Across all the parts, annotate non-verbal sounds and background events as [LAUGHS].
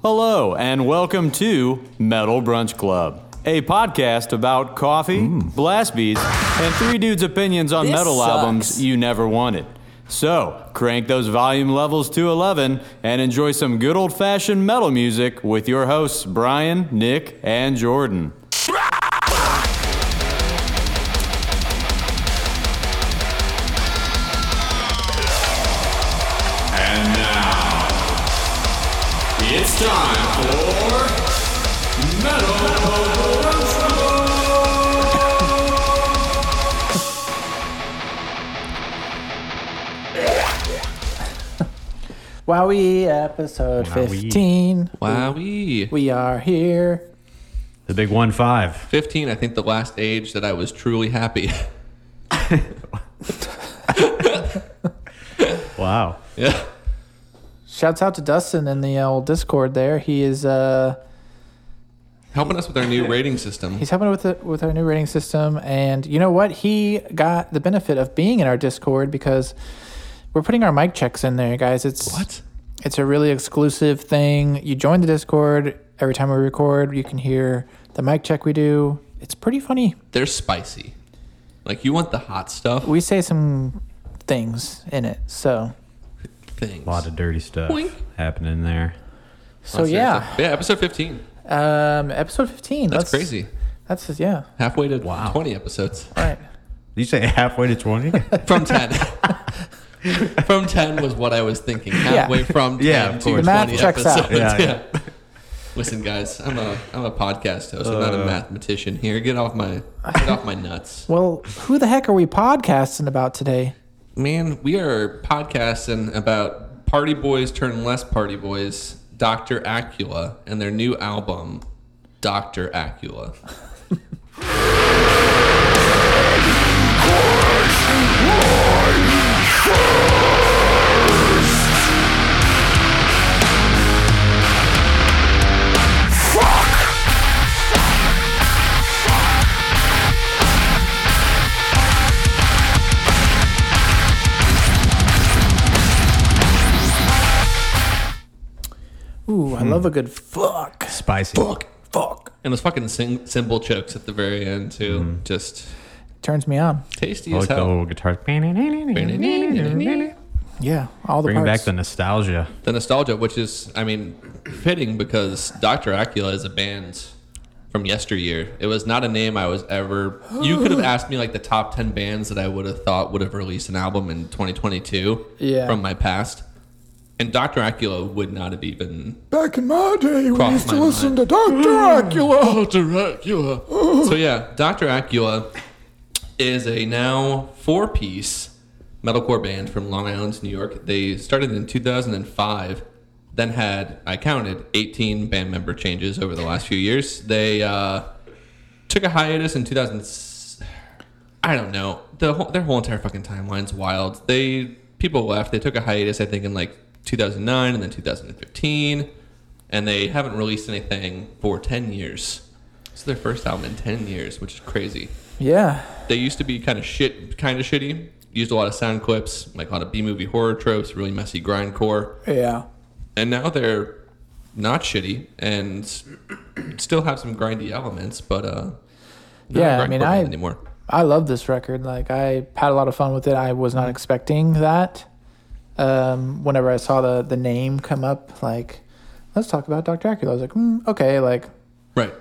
Hello, and welcome to Metal Brunch Club, a podcast about coffee, blast beats, and three dudes' opinions on Mm. This metal sucks. albums you never wanted. So, crank those volume levels to 11 and enjoy some good old fashioned metal music with your hosts, Brian, Nick, and Jordan. And now, it's time for Metal Wowie episode 15. Wowee. We are here. The big one five. 15, I think the last age that I was truly happy. [LAUGHS] Wow. yeah. Shouts out to Dustin in the uh, old Discord there. He is uh Helping us with our new rating system. he's helping with the, with our new rating system and you know what? He got the benefit of being in our Discord because we're putting our mic checks in there, guys. It's What? It's a really exclusive thing. You join the Discord every time we record, you can hear the mic check we do. It's pretty funny. They're spicy. Like, you want the hot stuff? We say some things in it. So, Things. A lot of dirty stuff Boing. happening there. Oh, so yeah. Yeah, episode 15. Um episode 15. That's Let's- crazy. That's yeah. Halfway to Wow. 20 episodes. All right. You say halfway to 20? [LAUGHS] From 10. from 10 was what I was thinking. Halfway from 10 Yeah, of to 20 course. The math checks out. episodes. Yeah, yeah. Listen, guys, I'm a, I'm a podcast host. I'm not Uh. a mathematician here. Get off my, get off my nuts. Well, who the heck are we podcasting about today? Man, we are podcasting about Party Boys Turn Less Party Boys, Dr. Acula, and their new album, Dr. Acula. Ooh, I love a good fuck. Spicy. Fuck. Fuck. And those fucking sing- cymbal chokes at the very end, too. Just Turns me on. tasty Mm-hmm. I as like the hell. little guitar. Bringing Yeah, all the back parts. the nostalgia. The nostalgia, which is, I mean, fitting because Dr. Acula is a band from yesteryear. It was not a name I was ever. You could have asked me like the top 10 bands that I would have thought would have released an album in 2022 Yeah. from my past. And Dr. Acula would not have even back in my day, we Crossed used to my listen mind. to Doctor Acula. Dr. Acula. so yeah, Dr. Acula is a now four-piece metalcore band from Long Island, New York. They started in 2005, then had I counted 18 band member changes over the last few years. They uh, took a hiatus in 2000. I don't know. The whole, their whole entire fucking timeline's wild. They people left. They took a hiatus, I think, in like 2009 and then 2015, and they haven't released anything for 10 years. It's their first album in 10 years, which is crazy. Yeah, They used to be kind of shit, kind of shitty. Used a lot of sound clips, like a lot of B movie horror tropes, really messy grindcore yeah. and now they're not shitty and still have some grindy elements, but uh, they're Yeah, not I mean, grindcore I- band anymore. I love this record. Like I had a lot of fun with it. I was not expecting that. Um, whenever I saw the the name come up, like, let's talk about Doctor Acula. I was like, mm, okay, like, Right.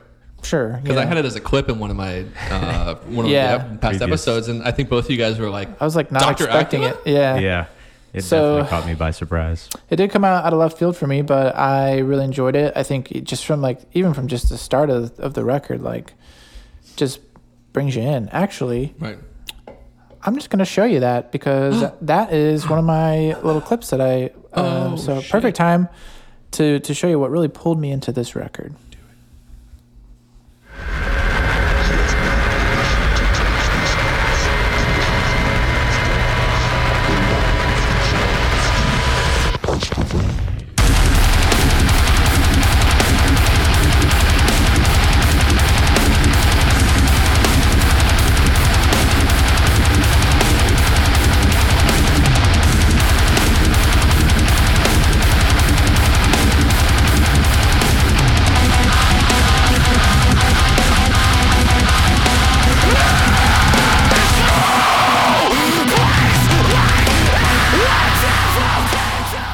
sure. you Because I know. had it as a clip in one of my [LAUGHS] uh, one of Yeah. the ep- past Previous. episodes, and I think both of you guys were like, I was like not Dr. expecting Acula? it. Yeah. It So- definitely caught me by surprise. It did come out out of left field for me, but I really enjoyed it. I think it just from like even from just the start of, of the record, like just brings you in. Actually, right, I'm just gonna show you that [GASPS] because that is one of my little clips that I. Um, Oh, so shit. perfect time to to show you what really pulled me into this record.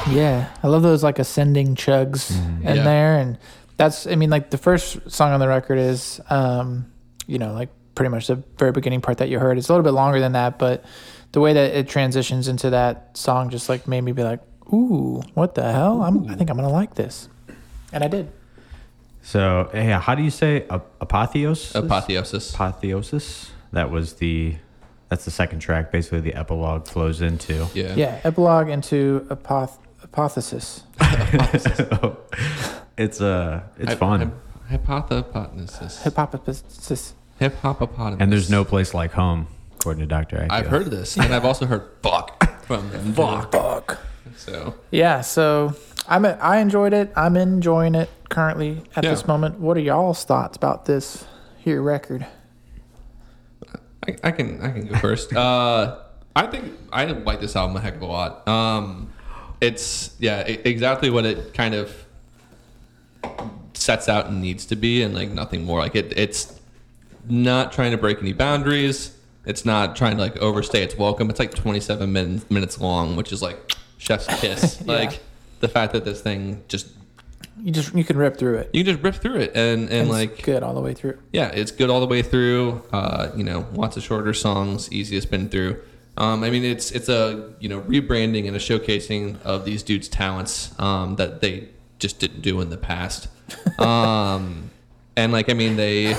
Yeah, I love those like ascending chugs in Yeah. there, and that's I mean like the first song on the record is um you know like pretty much the very beginning part that you heard. It's a little bit longer than that, but the way that it transitions into that song just like made me be like, ooh, what the hell? I'm I think I'm gonna like this, and I did. So yeah, how do you say ap- apotheosis? Apotheosis. apotheosis. That was the. That's the second track. Basically, the epilogue flows into. [LAUGHS] Yeah. Yeah, epilogue into apoth- apothesis. it's uh, it's Hy- fun. hy- Hypothepotamus. Hypothesis. Hip hopopotamus. and there's no place like home, according to Doctor Akio. I've heard this, and I've also heard fuck [LAUGHS] from them. Fuck. Fuck. So Yeah, so I'm a, I enjoyed it. I'm enjoying it currently at Yeah. this moment. What are y'all's thoughts about this here record? I, I can I can go first. uh, I think I like this album a heck of a lot. Um, it's yeah, e- exactly what it kind of sets out and needs to be, and like nothing more. Like it, it's not trying to break any boundaries. It's not trying to like overstay its welcome. It's like 27 min- minutes long, which is like chef's kiss. Like the fact that this thing just You just you can rip through it. you can just rip through it and and It's like good all the way through. yeah, it's good all the way through. Uh, you know, lots of shorter songs, easy to spin through. Um, I mean, it's it's a you know rebranding and a showcasing of these dudes' talents um, that they just didn't do in the past. Um, [LAUGHS] and like, I mean, they,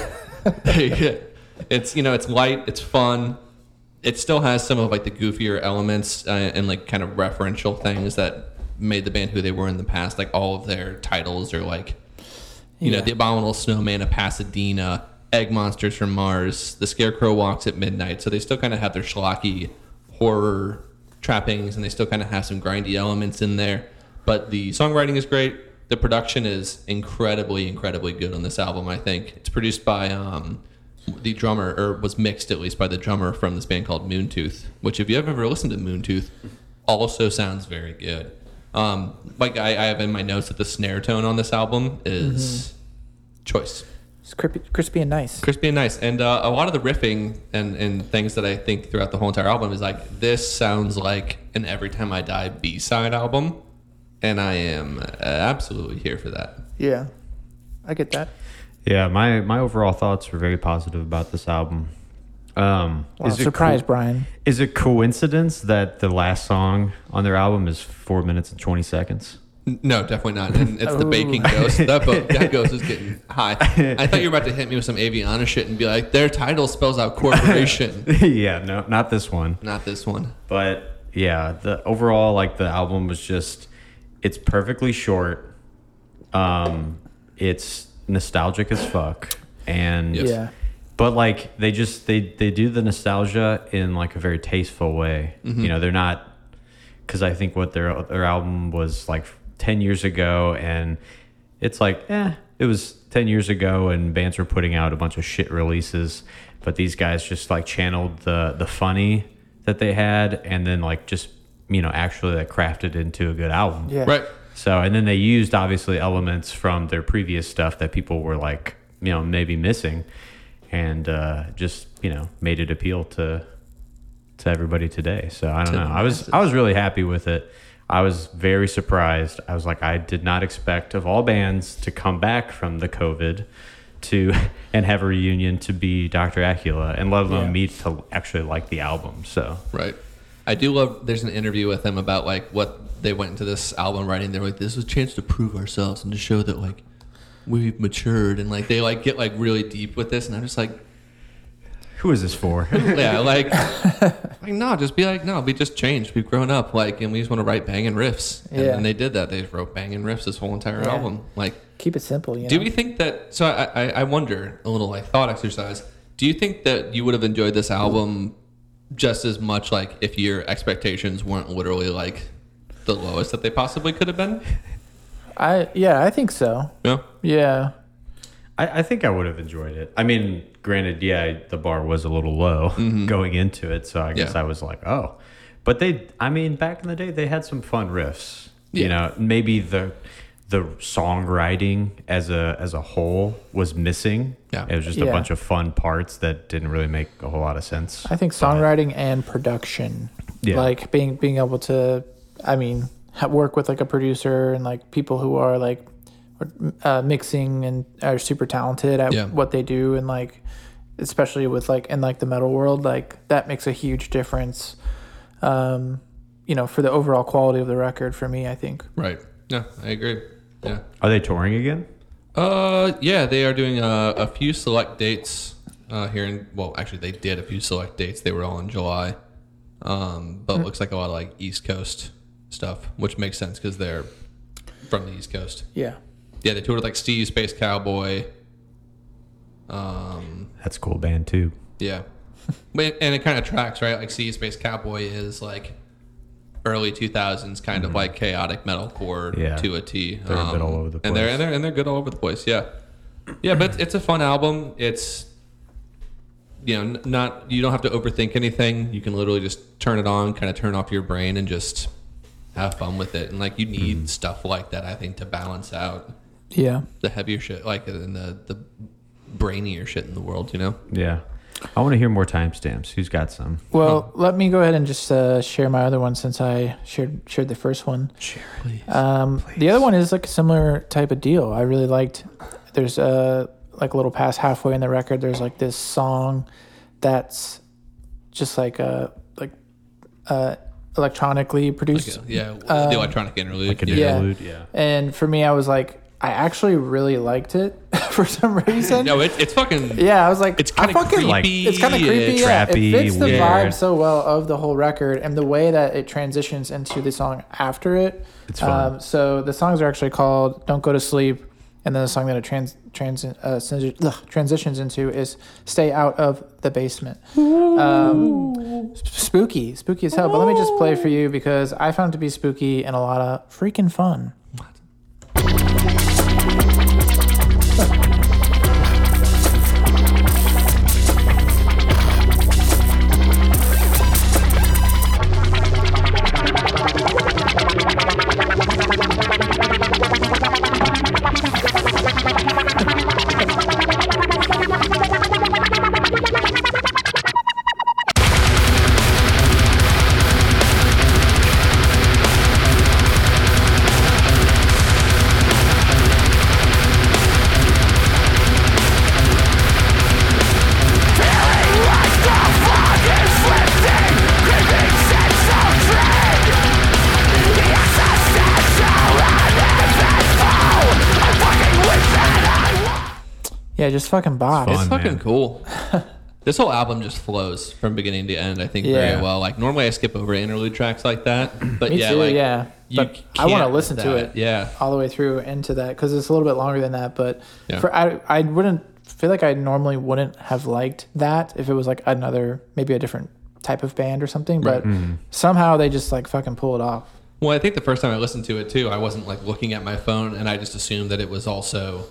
they, [LAUGHS] it's you know, it's light, it's fun. It still has some of like the goofier elements uh, and like kind of referential things that made the band who they were in the past. Like all of their titles are like you know, Yeah. the abominable snowman of Pasadena, egg monsters from Mars, the scarecrow walks at midnight. So they still kind of have their schlocky horror trappings, and they still kind of have some grindy elements in there. But the songwriting is great. The production is incredibly, incredibly good on this album. I think it's produced by um, the drummer, or was mixed at least by the drummer from this band called Moontooth. Which, if you have ever listened to Moontooth, also sounds very good. Um, like I, I have in my notes that the snare tone on this album is choice, It's crispy, crispy and nice. crispy and nice, and uh, a lot of the riffing and and things that I think throughout the whole entire album is like this sounds like an Every Time I Die B side album, and I am absolutely here for that. Yeah, I get that. Yeah, my my overall thoughts were very positive about this album. Um, Wow, it surprise, co- Brian. is it coincidence that the last song on their album is four minutes and twenty seconds? [LAUGHS] N- No, definitely not. And it's the Ooh. baking ghost. That, bo- that ghost is getting high. I thought you were about to hit me with some Aviana shit and be like, their title spells out [LAUGHS] corporation. yeah, no, not this one. not this one. But yeah, the overall like the album was just it's perfectly short. Um, it's nostalgic as fuck, and Yes. Yeah, but like they just they they do the nostalgia in like a very tasteful way you know they're not because i think what their their album was like 10 years ago and it's like eh it was 10 years ago and bands were putting out a bunch of shit releases but these guys just like channeled the the funny that they had and then like just you know actually that crafted into a good album yeah, Right. so, and then they used obviously elements from their previous stuff that people were like, you know, maybe missing, and uh, just you know made it appeal to to everybody today. So I don't know. I was I was really happy with it. I was very surprised. I was like, I did not expect of all bands to come back from the COVID to [LAUGHS] and have a reunion to be Dr. Acula and let alone Yeah. me to actually like the album. So Right. I do love. There's an interview with him about like what they went into this album writing. They're like, this was a chance to prove ourselves and to show that like we've matured and like they like get like really deep with this. And I'm just like, who is this [LAUGHS] for? [LAUGHS] yeah, like, like no, just be like, no, we just changed. We've grown up. Like, and we just want to write banging riffs. And, Yeah. and they did that. They wrote banging riffs this whole entire Yeah. album. Like, Keep it simple. You know? do we think that? So I, I, I wonder a little like thought exercise. Do you think that you would have enjoyed this album just as much like if your expectations weren't literally like the lowest that they possibly could [LAUGHS] have been? I yeah, I think so. No. Yeah, I, I think I would have enjoyed it. I mean, granted, yeah, the bar was a little low [LAUGHS] going into it, so I guess Mm-hmm. Yeah. I was like, oh. But they, I mean, back in the day, they had some fun riffs. You Yeah. know, maybe the the songwriting as a as a whole was missing. Yeah. It was just a Yeah. bunch of fun parts that didn't really make a whole lot of sense. I think songwriting and production, Yeah. like being being able to, I mean, ha- work with like a producer and like people who are like uh, mixing and are super talented at Yeah. what they do and like especially with like in like the metal world like that makes a huge difference um you know for the overall quality of the record for me i think Right. Yeah, I agree. Yeah. Are they touring again? Uh, yeah, they are doing uh, a few select dates uh, here in. Well, actually, they did a few select dates. They were all in July, um, but looks like a lot of like East Coast stuff, which makes sense because they're from the East Coast. yeah Yeah, they toured with, like Steve Space Cowboy. Um, That's a cool band too. yeah, But- and it kind of tracks right. Like Steve Space Cowboy is like early two thousands kind of like chaotic metalcore Mm-hmm. Yeah. to a T. Um, They're a bit all over the and they're place. and they're and they're good all over the place. Yeah, yeah, but it's, it's a fun album. It's you know n- not you don't have to overthink anything. You can literally just turn it on, kind of turn off your brain, and just have fun with it. And like you need Mm-hmm. stuff like that, I think, to balance out yeah the heavier shit, like in the the brainier shit in the world, you know. Yeah. I want to hear more timestamps. Who's got some? well let me go ahead and just uh, share my other one since i shared shared the first one Um, the other one is like a similar type of deal. I really liked. There's uh like a little past halfway in the record. There's like this song that's just like uh like uh electronically produced. Yeah, the electronic interlude. yeah. Yeah. Interlude, yeah. And for me, I was like, I actually really liked it [LAUGHS] for some reason. No, it, it's fucking. Yeah, I was like, It's I kind of fucking creepy. like- it's kind of creepy. Yeah. Yeah. trappy, it fits the weird. vibe so well of the whole record and the way that it transitions into the song after it. Um, It's fun. so the songs are actually called "Don't Go to Sleep," and then the song that it trans, trans uh, transi- ugh, transitions into is "Stay Out of the Basement." Um, s- spooky, spooky as hell. But let me just play for you because I found it to be spooky and a lot of freaking fun. Yeah, just fucking bops. fun. It's man. fucking cool. this whole album just flows from beginning to end. I think Yeah. very well. Like normally I skip over interlude tracks like that, but Me yeah, too. like yeah, you but I want to can't with listen to that. it. Yeah, all the way through into that because it's a little bit longer than that. But Yeah. for I, I wouldn't feel like I normally wouldn't have liked that if it was like another maybe a different type of band or something. But Mm-hmm. somehow they just like fucking pull it off. Well, I think the first time I listened to it too, I wasn't like looking at my phone, and I just assumed that it was also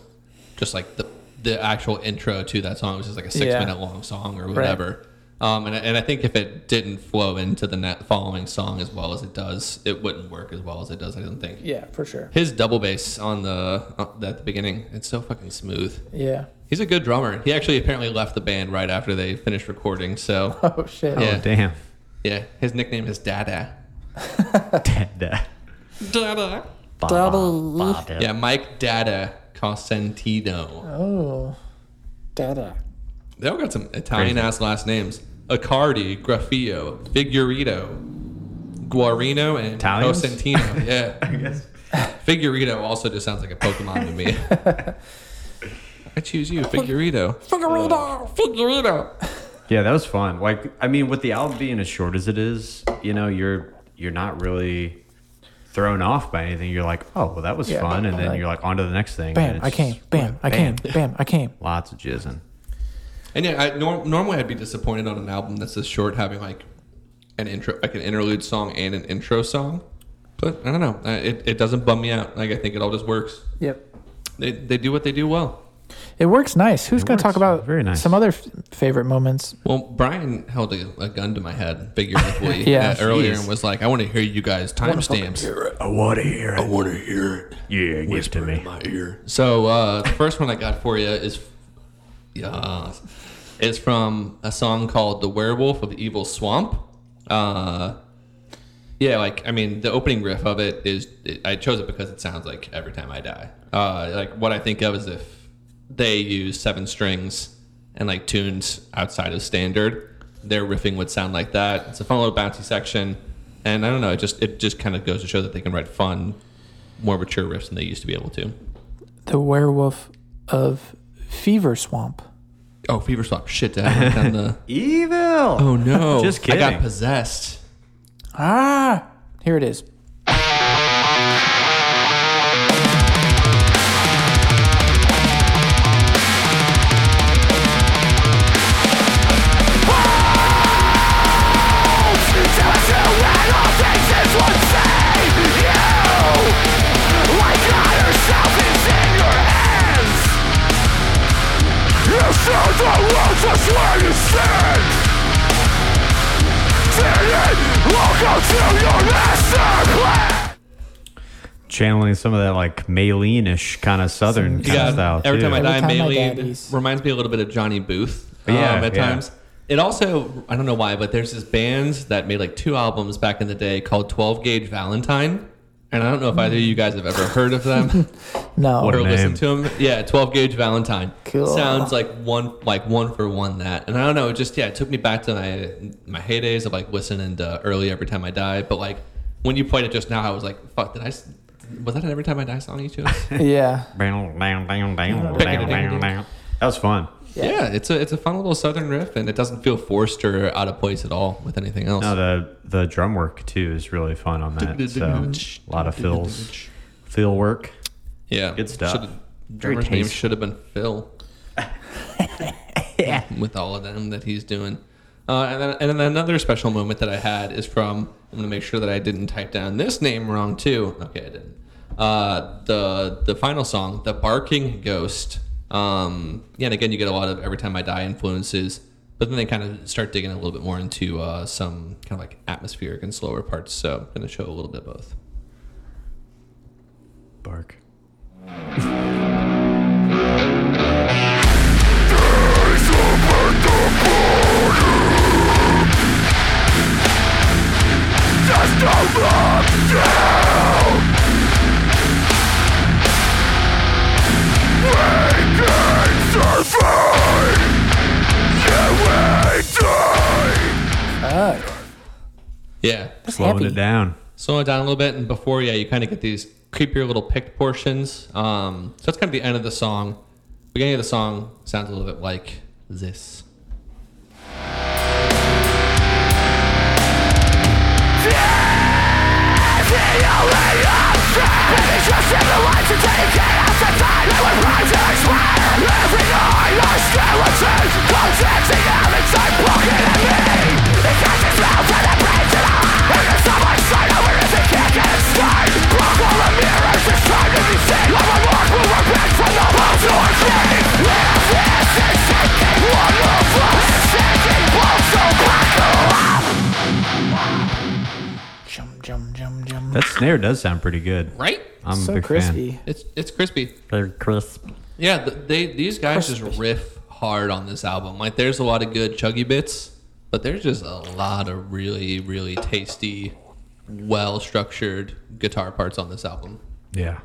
just like the the actual intro to that song, which is like a six Yeah. minute long song or whatever. Um, and I- and I think if it didn't flow into the net following song as well as it does, it wouldn't work as well as it does. I don't think Yeah, for sure. his double bass on the uh, at the beginning, it's so fucking smooth. Yeah. [LAUGHS] He's a good drummer. He actually apparently left the band right after they finished recording. So Oh shit. Yeah. Oh, damn. [LAUGHS] yeah, his nickname is Dada. Dada. Dada. Yeah, Mike Dada Costantino. Oh. Dada. They all got some Italian ass last names: Accardi, Graffio, Figurito, Guarino, and Italians? Cosentino. Yeah, I guess. Figurito also just sounds like a Pokemon to me. I choose you, Figurito. Figurito, Figurito. Yeah, that was fun. Like, I mean, with the album being as short as it is, you know, you're you're not really thrown off by anything. You're like, oh, well, that was Yeah, fun, and then like- you're like, on to the next thing. and Bam! it's I came. just Bam! I came. bam. Bam! I came. Lots of jizzing. And yeah, I, norm, normally I'd be disappointed on an album that's this short, having like an intro, like an interlude song and an intro song. But I don't know. I- It, it doesn't bum me out. Like I think it all just works. Yep. They, they do what they do well. It works nice. Who's going to talk works about very nice. some other f- favorite moments? Well, Brian held a, a gun to my head figuratively Yeah. uh, earlier Jeez. and was like, "I want to hear you guys timestamps." I want to hear it. want to hear it. Yeah, give it to me. my ear. So uh, the first one I got for you is, yeah, is from a song called "The Werewolf of Evil Swamp." Uh, Yeah, like I mean, the opening riff of it is it, I chose it because it sounds like "Every Time I Die." Uh, like what I think of is if they use seven strings and like tunes outside of standard, their riffing would sound like that. It's a fun little bouncy section, and I don't know, it just it just kind of goes to show that they can write fun, more mature riffs than they used to be able to. The werewolf of Fever Swamp. Oh, Fever Swap, shit! Did I write down the? Evil. [LAUGHS] Oh no! Just I got kidding. possessed. Ah, here it is. Channeling some of that like Malene-ish kind of southern kind Yeah, of style. every too. time I die, Every time I Maylene daddies. reminds me a little bit of Johnny Booth. um, Yeah, at yeah. times. It also, I don't know why, but there's this band that made like two albums back in the day called 12 Gauge Valentine. And I don't know if either of you guys have ever heard of them No. What or a name. listened to them. Yeah, 12 Gauge Valentine. Cool. Sounds like one, like one for one that. And I don't know, it just yeah, it took me back to my my heydays of like listening to early Every Time I Die. But like when you played it just now, I was like, fuck, did I? s- Was that an Every Time I Die song you chose? [LAUGHS] yeah. That was fun. Yeah. it's a it's a fun little southern riff, and it doesn't feel forced or out of place at all with anything else. No, the the drum work too is really fun on that. So a lot of fills, fill work. yeah, Good stuff. Should've- Very drummer's name tasteful. should have been Phil. with all of them that he's doing, uh, and then and then another special moment that I had is from I'm gonna make sure that I didn't type down this name wrong too. Okay, I didn't. Uh, the the final song, the Barking Ghost. Um, yeah, and again, you get a lot of Every Time I Die influences, but then they kind of start digging a little bit more into uh, some kind of like atmospheric and slower parts. So I'm gonna show a little bit of both. Bark. Yeah, Slowing heavy. it down. slow it down a little bit and before yeah you kind of get these creepier little picked portions um, so that's kind of the end of the song beginning of the song sounds a little bit like this Jum, jum, jum, jum. That snare does sound pretty good. right I'm a So big crispy. fan. it's it's crispy Very crisp. yeah th- they these guys just riff hard on this album like there's a lot of good chuggy bits but there's just a lot of really really tasty well structured guitar parts on this album Yeah.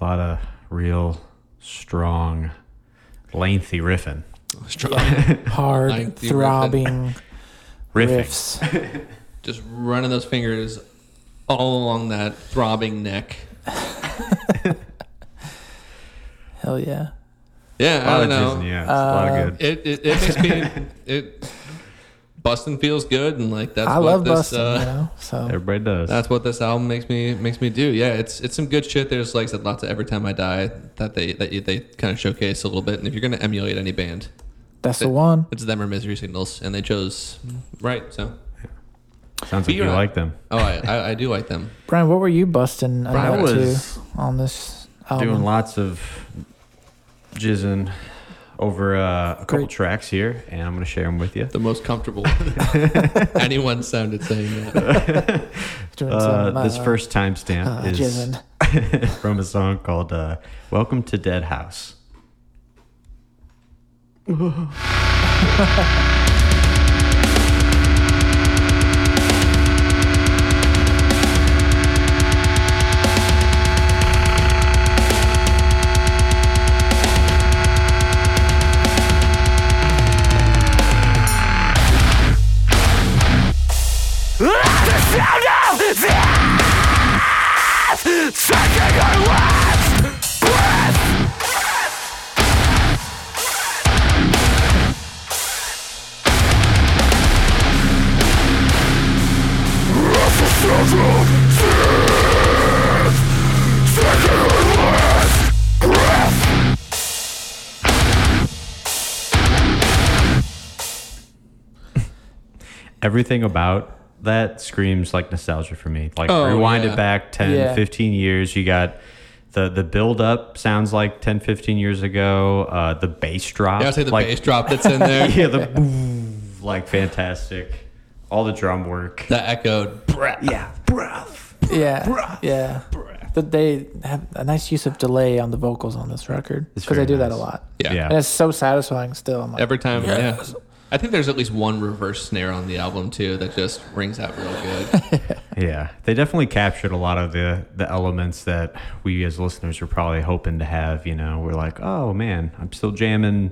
A lot of real strong, lengthy riffing. Hard, I do love [LAUGHS] it. throbbing Riffing. riffs. just running those fingers all along that throbbing neck Hell yeah. yeah A lot i don't of know juice, yeah, it's a Uh, lot of good. it it, it makes [LAUGHS] me it busting feels good and like that's I what love this busting, uh, you know? So, Everybody does. that's what this album makes me makes me do. Yeah, it's it's some good shit. There's like I said, lots of every time I die that they that you, they kind of showcase a little bit. And if you're gonna emulate any band, that's the one. it's them or Misery Signals, and they chose right. So Sounds like you Beer. like them. oh, I, I I do like them. Brian, what were you busting I about was to on this album? Doing lots of jizzing over uh, a couple Great. tracks here, and I'm going to share them with you. The most comfortable [LAUGHS] [LAUGHS] anyone sounded saying that. Doing Uh, some, this uh, first timestamp uh, [LAUGHS] is jizzing. from a song called uh, "Welcome to Dead House." everything about that screams like nostalgia for me. Like Oh, rewind yeah. it back 10, Yeah. 15 years. You got the the build up sounds like 10, 15 years ago. Uh, the bass drop. Yeah, I'll say the like, bass drop that's in there. [LAUGHS] [LAUGHS] Yeah, the boom, [LAUGHS] like fantastic. All the drum work. That echoed. Yeah, breath. Yeah, yeah. But they have a nice use of delay on the vocals on this record It's because I very do that a nice. lot, Yeah. Yeah. and it's so satisfying. Still, I'm like, Every time. Yeah. I think there's at least one reverse snare on the album too that just rings out real [LAUGHS] good. Yeah, they definitely captured a lot of the the elements that we as listeners were probably hoping to have. You know, we're like, oh man, I'm still jamming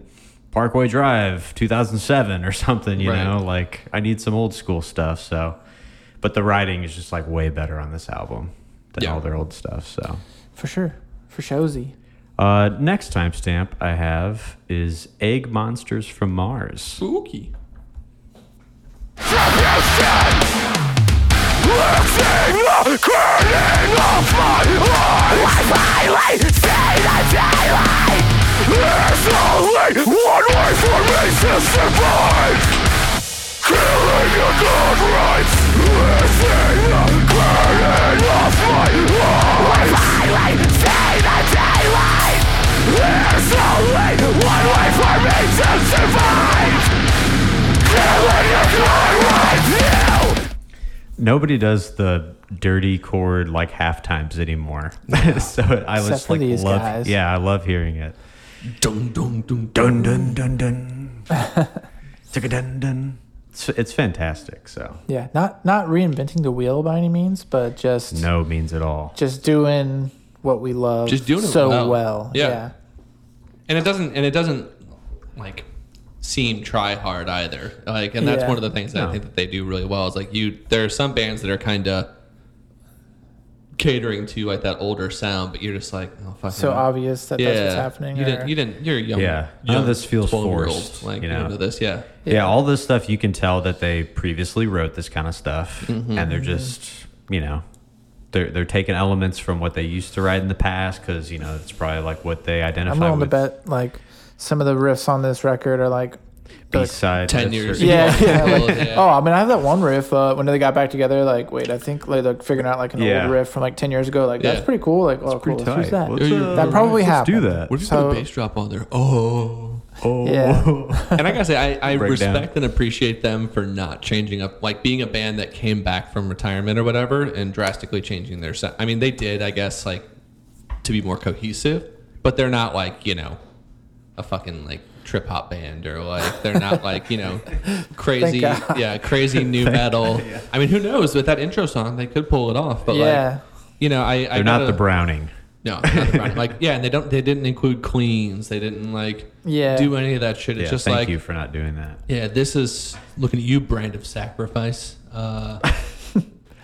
Parkway Drive 2007 or something. You Right. know, like I need some old school stuff. So, but the writing is just like way better on this album than Yeah. all their old stuff. So, for sure, for showsy. uh, next timestamp I have is Egg Monsters from Mars. Spooky. Nobody does the dirty chord like half times anymore. [LAUGHS] so I was Except for like, these love, guys. yeah, I love hearing it. Dun dun dun dun. Dun dun dun dun. [LAUGHS] Ticka dun dun. It's, it's fantastic. So Yeah, not not reinventing the wheel by any means, but just no means at all. just doing what we love, Just doing it so well. well. Yeah. Yeah. And it doesn't. And it doesn't like seem try hard either. Like, and that's Yeah. one of the things that I No. think that they do really well is like you. There are some bands that are kind of catering to like that older sound, but you're just like, oh fuck. so obvious that that's what's happening. You or- didn't. You didn't. You're young. Yeah. None of young this feels 12-year-old, forced, Like you you know know? this. Yeah. Yeah. all this stuff you can tell that they previously wrote this kind of stuff, Mm-hmm. and they're just you know they're they're taking elements from what they used to write in the past because you know it's probably like what they I'm identify willing to with. bet like some of the riffs on this record are like, B side Ten years. [LAUGHS] [LAUGHS] yeah, yeah, like, Yeah. Oh, I mean, I have that one riff uh, when they got back together. Like, wait, I think like they're figuring out like an Yeah. old riff from like ten years ago. Like, Yeah. that's pretty cool. Like, oh, cool. Pretty Let's use tight. that. Let's, uh, That probably let's do happened. that. What if you So- put a bass drop on there? Oh. Oh. [LAUGHS] Yeah. and I gotta say, I, I Break down. respect and appreciate them for not changing up, like being a band that came back from retirement or whatever, and drastically changing their sound. I mean, they did, I guess, like to be more cohesive, but they're not like you know, a fucking like trip hop band or like they're not like you [LAUGHS] know, crazy, Thank God. yeah, crazy new metal. I mean, who knows? With that intro song, they could pull it off, but Yeah. like. You know, I, I They're not gotta- the Browning. no, not [LAUGHS] the Browning. like yeah, and they don't. They didn't include cleans. They didn't like Yeah. do any of that shit. Yeah, It's just thank like you for not doing that. yeah, this is looking at you, brand of sacrifice. [LAUGHS] Uh,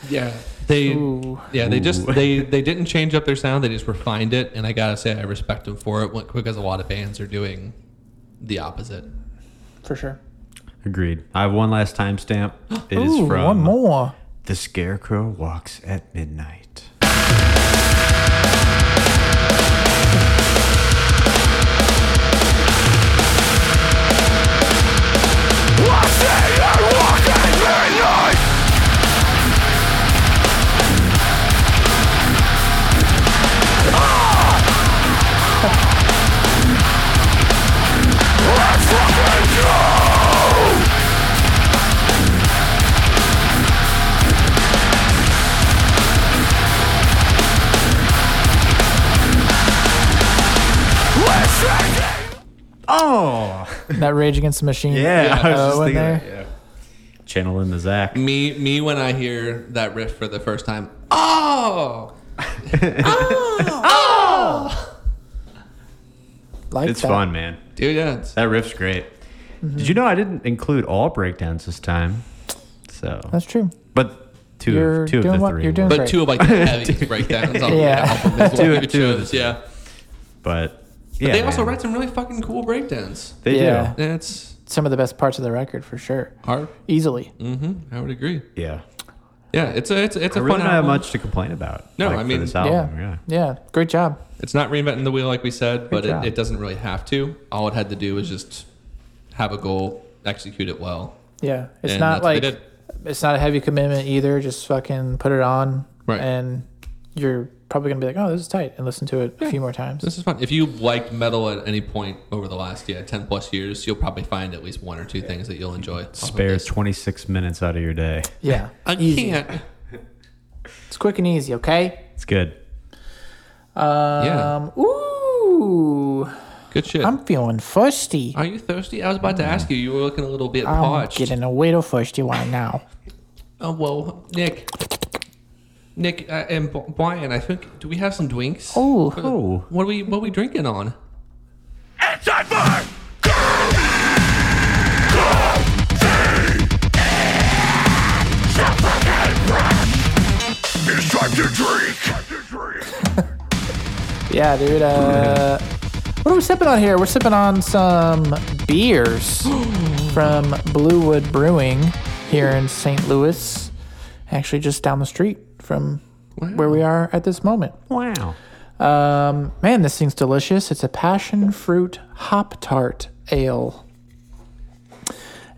yeah, they Ooh. yeah they just Ooh. they they didn't change up their sound. They just refined it, and I gotta say I respect them for it like, because a lot of bands are doing the opposite. for sure. Agreed. I have one last timestamp. It is Ooh, from one more. The Scarecrow Walks at Midnight. Oh, That Rage Against the Machine. yeah. I was Oh, just in thinking there. that, yeah. Channeling the Zach. Me me when I hear that riff for the first time, oh Like It's that. fun, man. dude, yeah, it's, That riff's great. Did you know I didn't include all breakdowns this time? So, That's true. but two You're of, two of doing the what three. you're doing. were- but two of [LAUGHS] like the heaviest breakdowns on Yeah. the album is what Two- we two of the chose, three. yeah. But, yeah, They also man. write some really fucking cool breakdowns. They Yeah. That's Some of the best parts of the record for sure. hard. Easily. Mm-hmm. I would agree. do. Yeah. Yeah, it's a it's a, it's I a really fun don't have album. much to complain about. No, like, I for mean- this Yeah. album, yeah. Yeah. Great job. It's not reinventing the wheel like we said, but it, job. it doesn't really have to. All it had to do was just have a goal, execute it well. Yeah. It's And not that's what like they did. It's not a heavy commitment either. Just fucking put it on, Right. and you're probably gonna be like, "Oh, this is tight," and listen to it a few more times. This is fun. If you liked metal at any point over the last yeah ten plus years, you'll probably find at least one or two things that you'll enjoy. Spare 26 minutes out of your day. yeah, I can't. it's quick and easy. Okay. It's good. Um, Yeah. Ooh, Good shit. I'm feeling thirsty. Are you thirsty? I was about to ask you. You were looking a little bit I'm parched. getting a little thirsty right now. Oh well, Nick. Nick uh, and B- Brian, I think do we have some drinks? Ooh. What- Oh. What are we what are we drinking on? It's time to drink. Time to drink. Yeah, dude. [LAUGHS] Uh, what are we sipping on here? We're sipping on some [GASPS] beers from Bluewood Brewing here in St. Louis, actually just down the street from where we are at this moment. Wow. Um, man, this thing's delicious. It's a passion fruit hop tart ale.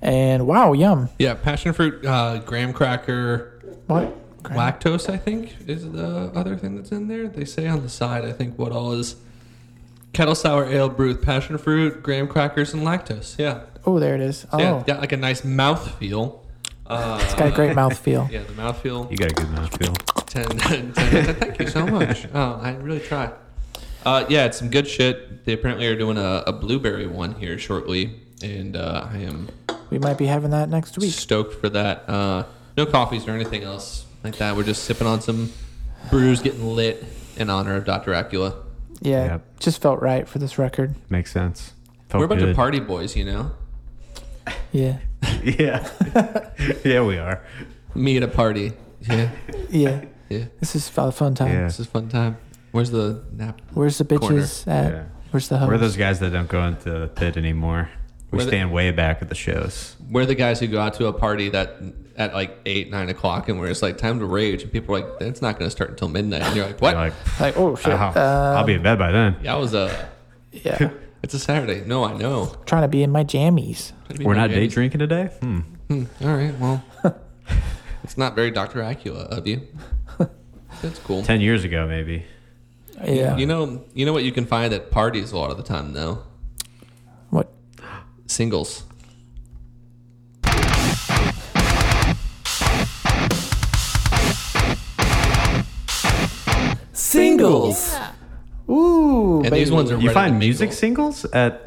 And wow, yum. Yeah, passion fruit, uh, graham cracker, What? lactose. I think is the other thing that's in there. They say on the side. I think what all is kettle sour ale brewed with passion fruit, graham crackers, and lactose. Yeah, Oh, there it is. Oh, yeah, got like a nice mouth feel. it's got a great mouthfeel. [LAUGHS] Yeah, the mouth feel. You got a good mouthfeel. 10, 10 Thank you so much. Oh, I really try. Uh, yeah, it's some good shit. They apparently are doing a, a blueberry one here shortly, and uh, I am We might be having that next week. stoked for that. Uh, no coffees or anything else like that. We're just sipping on some brews, getting lit in honor of Dr. Acula. Yeah, Yep. just felt right for this record. Makes sense. Felt We're a bunch Oh, good. of party boys, you know. Yeah, Yeah. [LAUGHS] yeah, [LAUGHS] we are. Me at a party. [LAUGHS] Yeah, yeah. yeah. This is a fun time. Yeah. This is a fun time. Where's the nap? Where's the bitches at? Yeah. Where's the hoes? We're those guys that don't go into the pit anymore. We We're the- stand way back at the shows. We're the guys who go out to a party that at like eight, nine o'clock, and where it's like time to rage, and people are like, "That's not going to start until midnight." And you're like, "What?" [LAUGHS] You're like, like, oh shit. "Oh, I'll be in bed by then. yeah, I was a. yeah. It's a Saturday. No, I know. Trying to be in my jammies. We're not day daydreaming. drinking today? Hmm. All right. [LAUGHS] Well, it's not very Doctor Acula of you. That's cool. 10 years ago, maybe. Yeah. You know, you know what you can find at parties a lot of the time though. what? Singles. Singles. Ooh. And baby. these ones are. You ready to find mingle. music singles at [LAUGHS]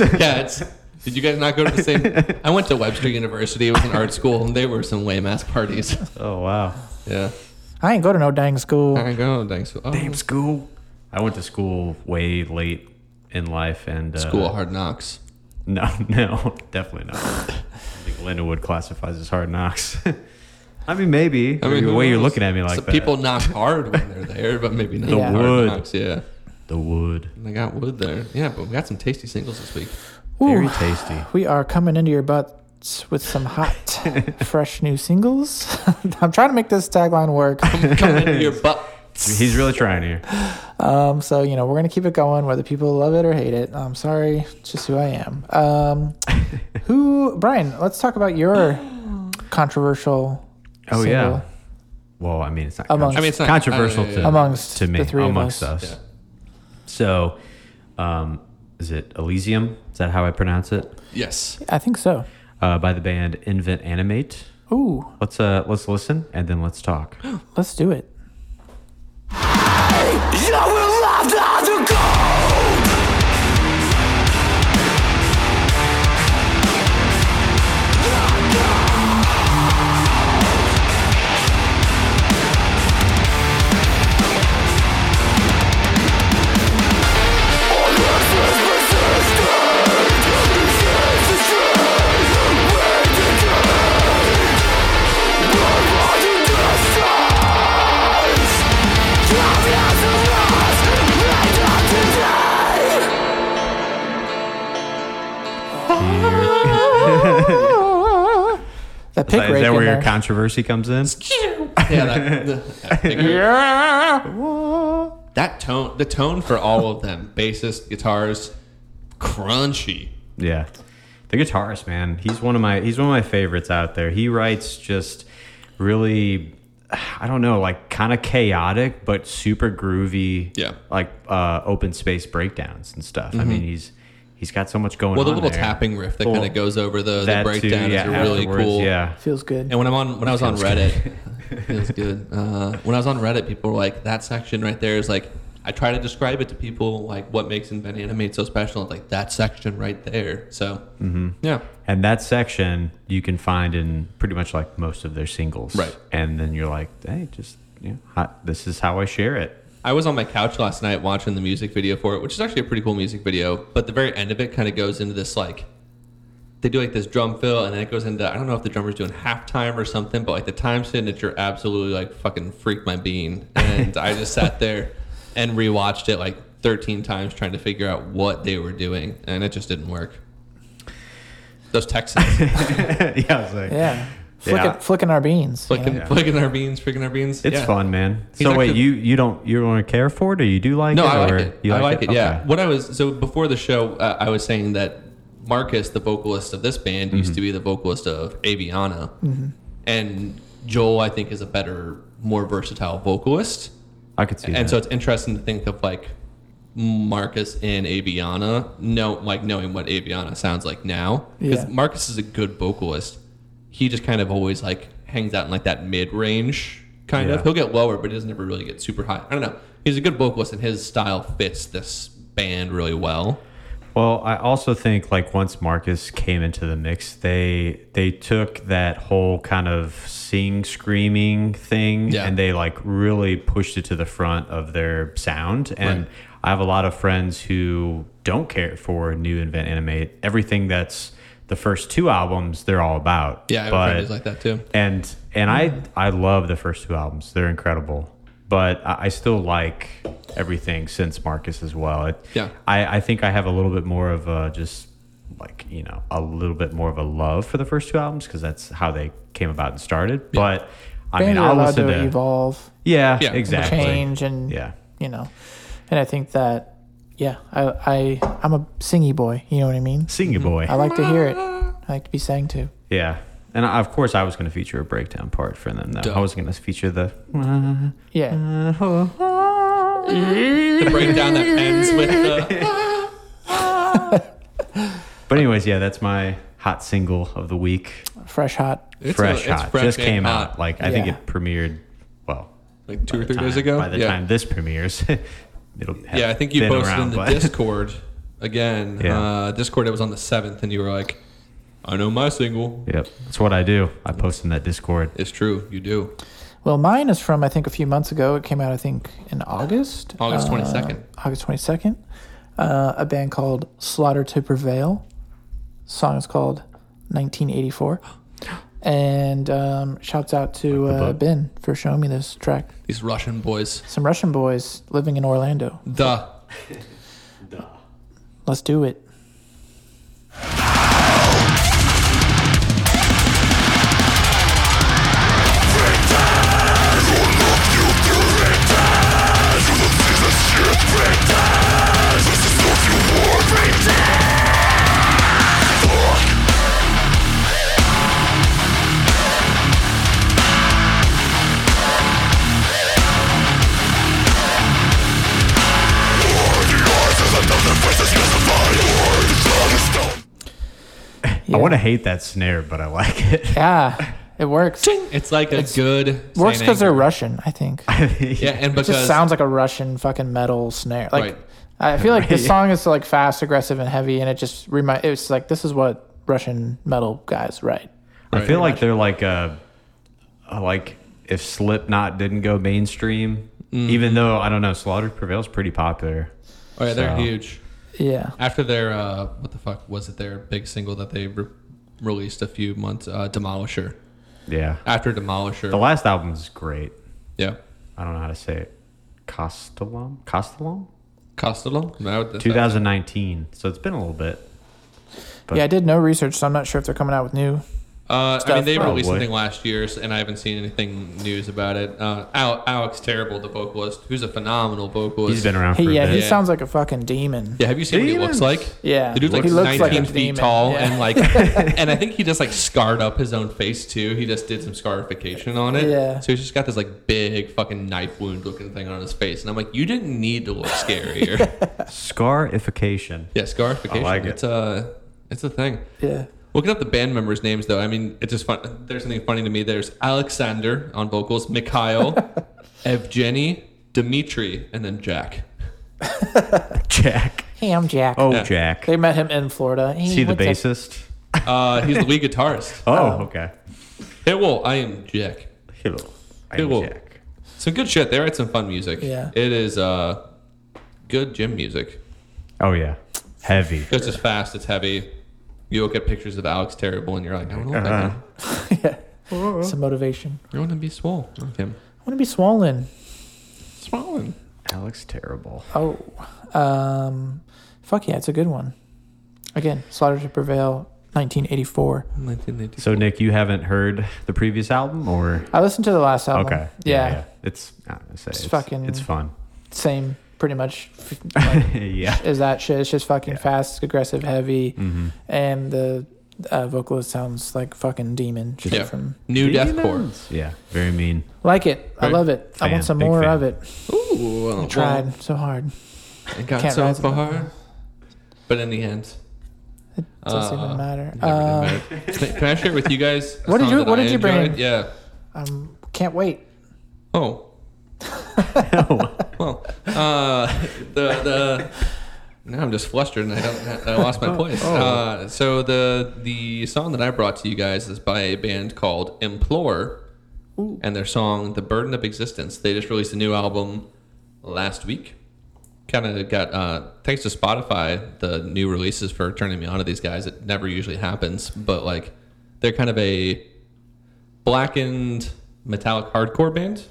[LAUGHS] Yeah, it's. Did you guys not go to the [LAUGHS] same? I went to Webster University. It was an art school, and they were some lame ass [LAUGHS] parties. Oh, wow. Yeah. I ain't go to no dang school. I go. Thanks. Oh, school. I went to school way late in life and uh, School of hard knocks. [LAUGHS] No, no, definitely not. I think Lindawood classifies as hard knocks. [LAUGHS] I mean, maybe. I mean, the who way you're knows? looking at me like Some that. People knock hard when they're there, but maybe not The hard wood. knocks. Yeah, the wood, and they got wood there. Yeah, but we got some tasty singles this week. [LAUGHS] very Ooh. tasty. We are coming into your butts with some hot, fresh new singles. [LAUGHS] I'm trying to make this tagline work. Coming into your butt. He's really trying here. Um, so you know we're gonna keep it going, whether people love it or hate it. I'm sorry, it's just who I am. Um, who, Brian? Let's talk about [GASPS] your controversial. Oh yeah. single Well, I mean, it's not. Amongst- contro- I mean, it's not- controversial uh, to amongst to me the three of amongst us. us. So, um, is it Elysium? Is that how I pronounce it? Yes. I think so. Uh, by the band Invent Animate. Ooh, Let's uh, let's listen and then let's talk. let's do it. You will love the gold. That pick Is rake that where in your there. controversy comes in? Yeah. [LAUGHS] That, that, that tone. The tone for all of them: bassist, guitars, crunchy. Yeah. The the guitarist, man. He's one of my he's one of my favorites out there. He writes just really I don't know, like kind of chaotic but super groovy. Yeah. Mm-hmm. Like uh, open space breakdowns and stuff. I mean, he's he's got so much going Well, on. the little there. tapping riff that Cool. kind of goes over the, the That too, breakdown yeah, is really afterwards, cool. Yeah. Feels good. And when I'm on when I was on Reddit, [LAUGHS] feels good. Uh, when I was on Reddit, people were like, "That section right there is like." I try to describe it to people like what makes Invent Animate so special. It's like that section right there. So Mm-hmm. yeah, And that section you can find in pretty much like most of their singles. Right. And then you're like, hey, just, you know, hi- this is how I share it. [LAUGHS] I was on my couch last night watching the music video for it, which is actually a pretty cool music video. But the very end of it kind of goes into this like they do like this drum fill, and then it goes into I don't know if the drummer's doing halftime or something, but like the time signature absolutely like fucking freaked my bean, and I just sat [LAUGHS] there and rewatched it like 13 times trying to figure out what they were doing, and it just didn't work. Those Texans [LAUGHS] yeah. I was like, yeah. Flicking, Yeah. flicking our beans. you flicking, know? flicking our beans, freaking our beans. It's Yeah. fun, man. so wait, actually- you you don't you don't care for it, or you do like No, it? I or like it. You I like it. Yeah. Okay. What I was so before the show, uh, I was saying that Marcus, the vocalist of this band, used Mm-hmm. to be the vocalist of Aviana, and Joel, I think, is a better, more versatile vocalist. I could see. And that. so it's interesting to think of like Marcus and Aviana, know like knowing what Aviana sounds like now, because Yeah. Marcus is a good vocalist. He just kind of always like hangs out in like that mid range kind Yeah. of. He'll get lower, but he doesn't ever really get super high. I don't know. He's a good vocalist, and his style fits this band really well. Well, I also think like once Marcus came into the mix, they they took that whole kind of sing screaming thing Yeah. and they like really pushed it to the front of their sound. And Right. I have a lot of friends who don't care for new invent animate. Everything that's the first two albums they're all about. Yeah, I have a friend who's like that too. And and I I love the first two albums. They're incredible. But I I still like everything since Marcus as well. It, Yeah. I, I think I have a little bit more of a just like, you know, a little bit more of a love for the first two albums because that's how they came about and started. But I Bands mean, are I'll allowed listen to, to. evolve, Yeah, Yeah. exactly. change, and Yeah. you know, and I think that yeah, I I I'm a singy boy. You know what I mean? Singing Boy. I like to hear it. I like to be sang to. Yeah. And I, of course, I was going to feature a breakdown part for them, though. I was going to [LAUGHS] feature the. Yeah, The breakdown that ends with uh, the, But, anyways, yeah, that's my hot single of the week. fresh hot. it's [LAUGHS] fresh a- it's hot just and came hot, out like i think Yeah. it premiered well like two by or the three days time- ago. by the yeah. time this premieres [LAUGHS] it'll have Yeah, I think you been posted around, in the but- Discord again. [LAUGHS] Yeah. Uh, Discord, it was on the seventh, and you were like, "I know my single. [LAUGHS] yep that's what i do i post in that discord It's true. You do." Well, mine is from I think a few months ago. It came out I think in August. August Uh, 22nd. August twenty second. Uh, a band called Slaughter to Prevail. Song is called 1984. [GASPS] And um, shouts out to uh, book. Ben for showing me this track. These Russian boys. Some Russian boys living in Orlando. Duh. Let's do it. i want to hate that snare but i like it [LAUGHS] Yeah, it works. It's like a good. Works Saint because they're Anger. Russian, [LAUGHS] I think. Yeah, and It just because sounds like a Russian fucking metal snare. Like Right. I feel [LAUGHS] like this song is like fast, aggressive, and heavy, and it just remind. It's like this is what Russian metal guys write. i feel like they're like a, a like if slipknot didn't go mainstream Mm-hmm. even though i don't know slaughter prevails pretty popular Oh yeah, they're so- huge. Yeah, After their uh, what the fuck was it? Their big single that they re- released a few months. Uh, Demolisher. yeah After Demolisher. the last album is great yeah. i don't know how to say it Costellum? Costellum? Costello. No, that's- 2019. So it's been a little bit. yeah. I did no research, so I'm not sure if they're coming out with new Uh, I mean, Stuff. they Probably. released something last year, and I haven't seen anything news about it. Uh, Al- Alex Terrible, the vocalist, who's a phenomenal vocalist. He's been around for He, yeah, a he bit. Yeah. sounds like a fucking demon. Yeah, have you seen what he looks Demons. like? Yeah. the dude's like He looks like a 19 feet demon, tall, yeah. and [LAUGHS] like, and I think he just like scarred up his own face too. He just did some scarification on it. Yeah. So he's just got this like big fucking knife wound looking thing on his face, and I'm like, you didn't need to look scarier. [LAUGHS] yeah. Scarification. scarification. I like it. It's a, it's a thing. Yeah. Looking up the band members' names, though, I mean, it's just fun. There's something funny to me. There's Alexander on [LAUGHS] vocals, Mikhail, Evgeny, Dimitri, and then Jack. Jack. Hey, I'm Jack. Oh, Jack. They met him in Florida. Hey, See the what's up? bassist? Uh, he's the [LAUGHS] lead guitarist. Oh, okay. Hey, well, I am Jack. Hello. I'm Hello. Jack. Some good shit. They write some fun music. Yeah. It is uh, good gym music. Oh, yeah. Heavy. It's just fast. It's heavy. You look at pictures of Alex Terrible, and you're like, I want to look like Uh-huh. him. Some motivation. You want to be swole. Like him. I want to be swollen. Swollen. Alex Terrible. Oh, um, fuck yeah, it's a good one. Again, Slaughter to Prevail, 1984. 1980. So, Nick, you haven't heard the previous album or? I listened to the last album. Okay. Yeah. It's, I would say, it's, fucking- It's fun. [LAUGHS] Same, pretty much. [LAUGHS] yeah. Is that shit? It's just fucking fast, aggressive, heavy, Mm-hmm. and the uh, vocalist sounds like fucking demon. Just Yeah. from New deathcore. Yeah. Very mean. like it. I Right. love it. I Fan, want some big more fan. of it. Ooh, well, Tried so hard. It got Can't so rise above far, but in the end, Doesn't Uh, even matter. it never Uh, did matter. Can I share with you [LAUGHS] guys? a What did song you- that what I did you bring? enjoyed? Yeah. um, can't wait. [LAUGHS] Oh. well, uh, [LAUGHS] the the. Now I'm just flustered and I don't. I lost my place. Uh, so the the song that I brought to you guys is by a band called Implore, and their song "The Burden of Existence." They just released a new album last week. Kind of got uh, thanks to Spotify, the new releases for turning me on to these guys. It never usually happens, but like they're kind of a blackened metallic hardcore band,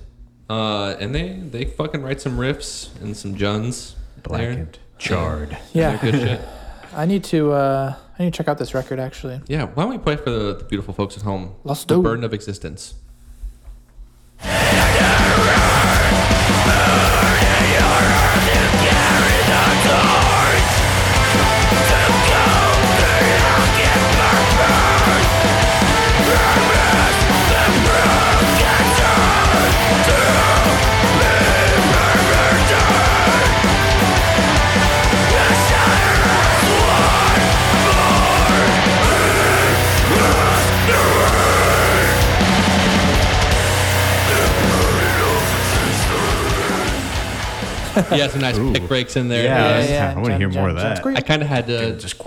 uh, and they they fucking write some riffs and some juns. there. Blackened. Charred. Yeah, Good shit. I need to. Uh, I need to check out this record actually. Yeah, why don't we play for the, the beautiful folks at home? Let's the do it. burden of existence. Yeah, some nice pick breaks in there. Yeah. Uh, I wanna hear more of that. Squeak. I kind of had to just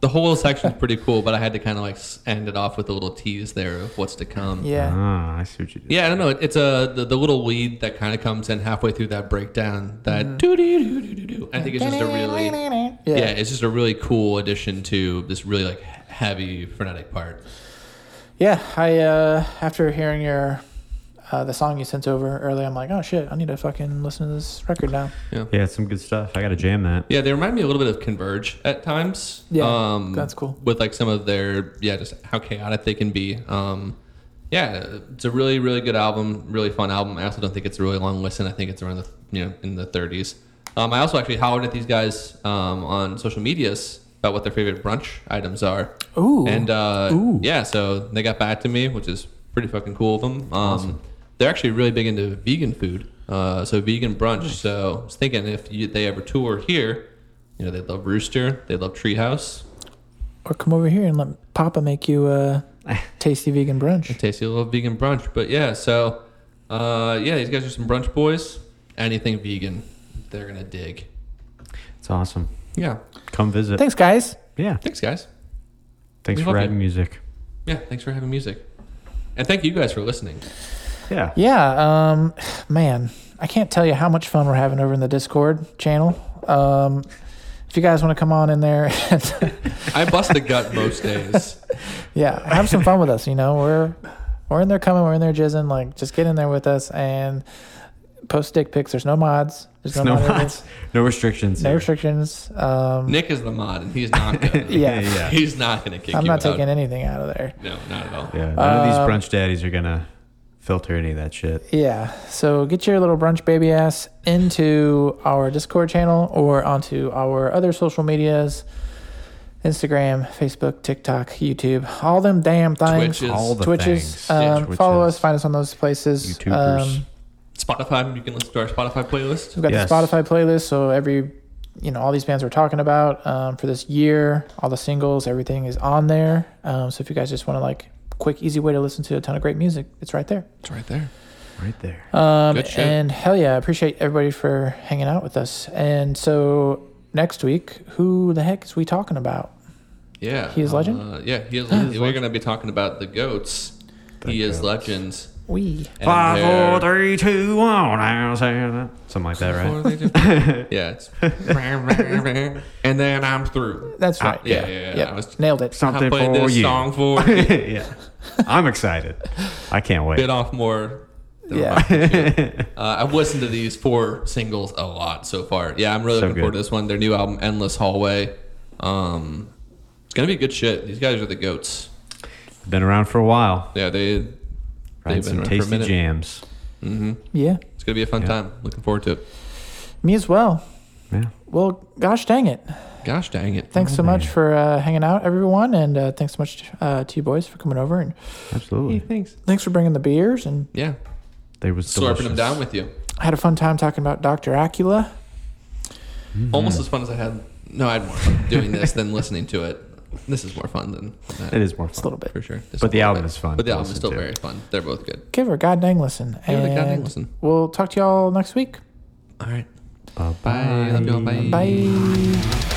the whole section's pretty cool, but I had to kind of like s- end it off with a little tease there of what's to come. yeah. Ah, I see what you did. Yeah, I don't know. It- It's a the, the little lead that kind of comes in halfway through that breakdown. That doo doo doo doo doo doo. I think it's just a really yeah. Mm-hmm. Yeah. it's just a really cool addition to this really like heavy frenetic part. Yeah, I uh, after hearing your uh, the song you sent over earlier, I'm like, oh shit, I need to fucking listen to this record now. Yeah, it's some good stuff. I got to jam that. Yeah, they remind me a little bit of Converge at times. Um, Yeah, that's cool. With like some of their yeah, just how chaotic they can be. Um, yeah, it's a really really good album, really fun album. I also don't think it's a really long listen. I think it's around the you know in the 30s. Um, I also actually hollered at these guys um, on social medias about what their favorite brunch items are. Ooh. And uh, yeah, so they got back to me, which is pretty fucking cool of them. Um, They're actually really big into vegan food, uh, so vegan brunch. So I was thinking if you, they ever tour here, you know, they love Rooster, they love Treehouse, Or come over here and let Papa make you [LAUGHS] a tasty vegan brunch. tasty little vegan brunch. But yeah, so uh, yeah, these guys are some brunch boys. Anything vegan, they're gonna dig. It's awesome. Yeah, Come visit. Thanks, guys. Yeah. thanks guys. Thanks We for love writing you. music. Yeah, thanks for having music, and thank you guys for listening. Yeah. Yeah, um, man, I can't tell you how much fun we're having over in the Discord channel. Um, if you guys want to come on in there, [LAUGHS] and, I bust the gut most days. yeah, have some fun with us. You know, we're we're in there coming, we're in there jizzing. Like, just get in there with us and Post dick pics. There's no mods. There's no, [LAUGHS] no mod mods, [LAUGHS] no restrictions. No here. restrictions. Um, Nick is the mod, and he's not. Gonna, Yeah. yeah. he's not gonna kick I'm you not out. taking anything out of there. No, not at all. Yeah, none of these Um, brunch daddies are gonna filter any of that shit. Yeah. So get your little brunch baby ass into our Discord channel or onto our other social medias Instagram, Facebook, TikTok, YouTube, all them damn things. Twitches, All the Twitches. things. Um, Twitches. Follow us, find us on those places. YouTubers. Um, Spotify. You can listen to our Spotify playlist. we've got Yes. the Spotify playlist. So every, you know, all these bands we're talking about um, for this year, all the singles, everything is on there. Um, so if you guys just want to like, quick, easy way to listen to a ton of great music, it's right there. It's right there. Right there. Um, Good shit. and hell yeah, I appreciate everybody for hanging out with us. And so next week, who the heck is we talking about? Yeah. He is legend? Uh, yeah, he is legend. We're going to be talking about the goats. he is legends. We. and Five, four, they're- three, two, one. I say that. Something like that, What right? do they [LAUGHS] do? yeah. It's and then I'm through. That's right. Ah, yeah, yeah, yeah. Yep. I was- Nailed it. Something I played for this you. song [LAUGHS] for yeah, I'm excited. I can't wait. bit off more. than Yeah. [LAUGHS] I could chew. uh, I've listened to these four singles a lot so far. Yeah, I'm really So looking forward good. to this one. Their new album, Endless Hallway. Um, it's gonna be good shit. These guys are the goats. Been around for a while. Yeah, they. Riding They've been some around for a tasty minute. jams. Yeah. It's gonna be a fun time. Looking forward to it. Me as well. Yeah. Well, gosh dang it. Gosh dang it! Thanks so much for uh, hanging out, everyone. And uh, thanks so much uh, to you boys for coming over. And Absolutely. Thanks. thanks for bringing the beers. And Yeah, They was slurping them delicious. down with you. I had a fun time talking about Dr. Acula. Almost Hmm. as fun as I had. No, I had more fun doing this than listening to it. This is more fun than that, It is more It's a fun. little bit. for sure. This But the more album is fun But the to album is listen still to. very fun. They're both good. Give her a god dang listen. Give her a goddamn And listen. We'll talk to y'all next week. All right. Bye-bye. Bye. Love you all. Bye. Bye.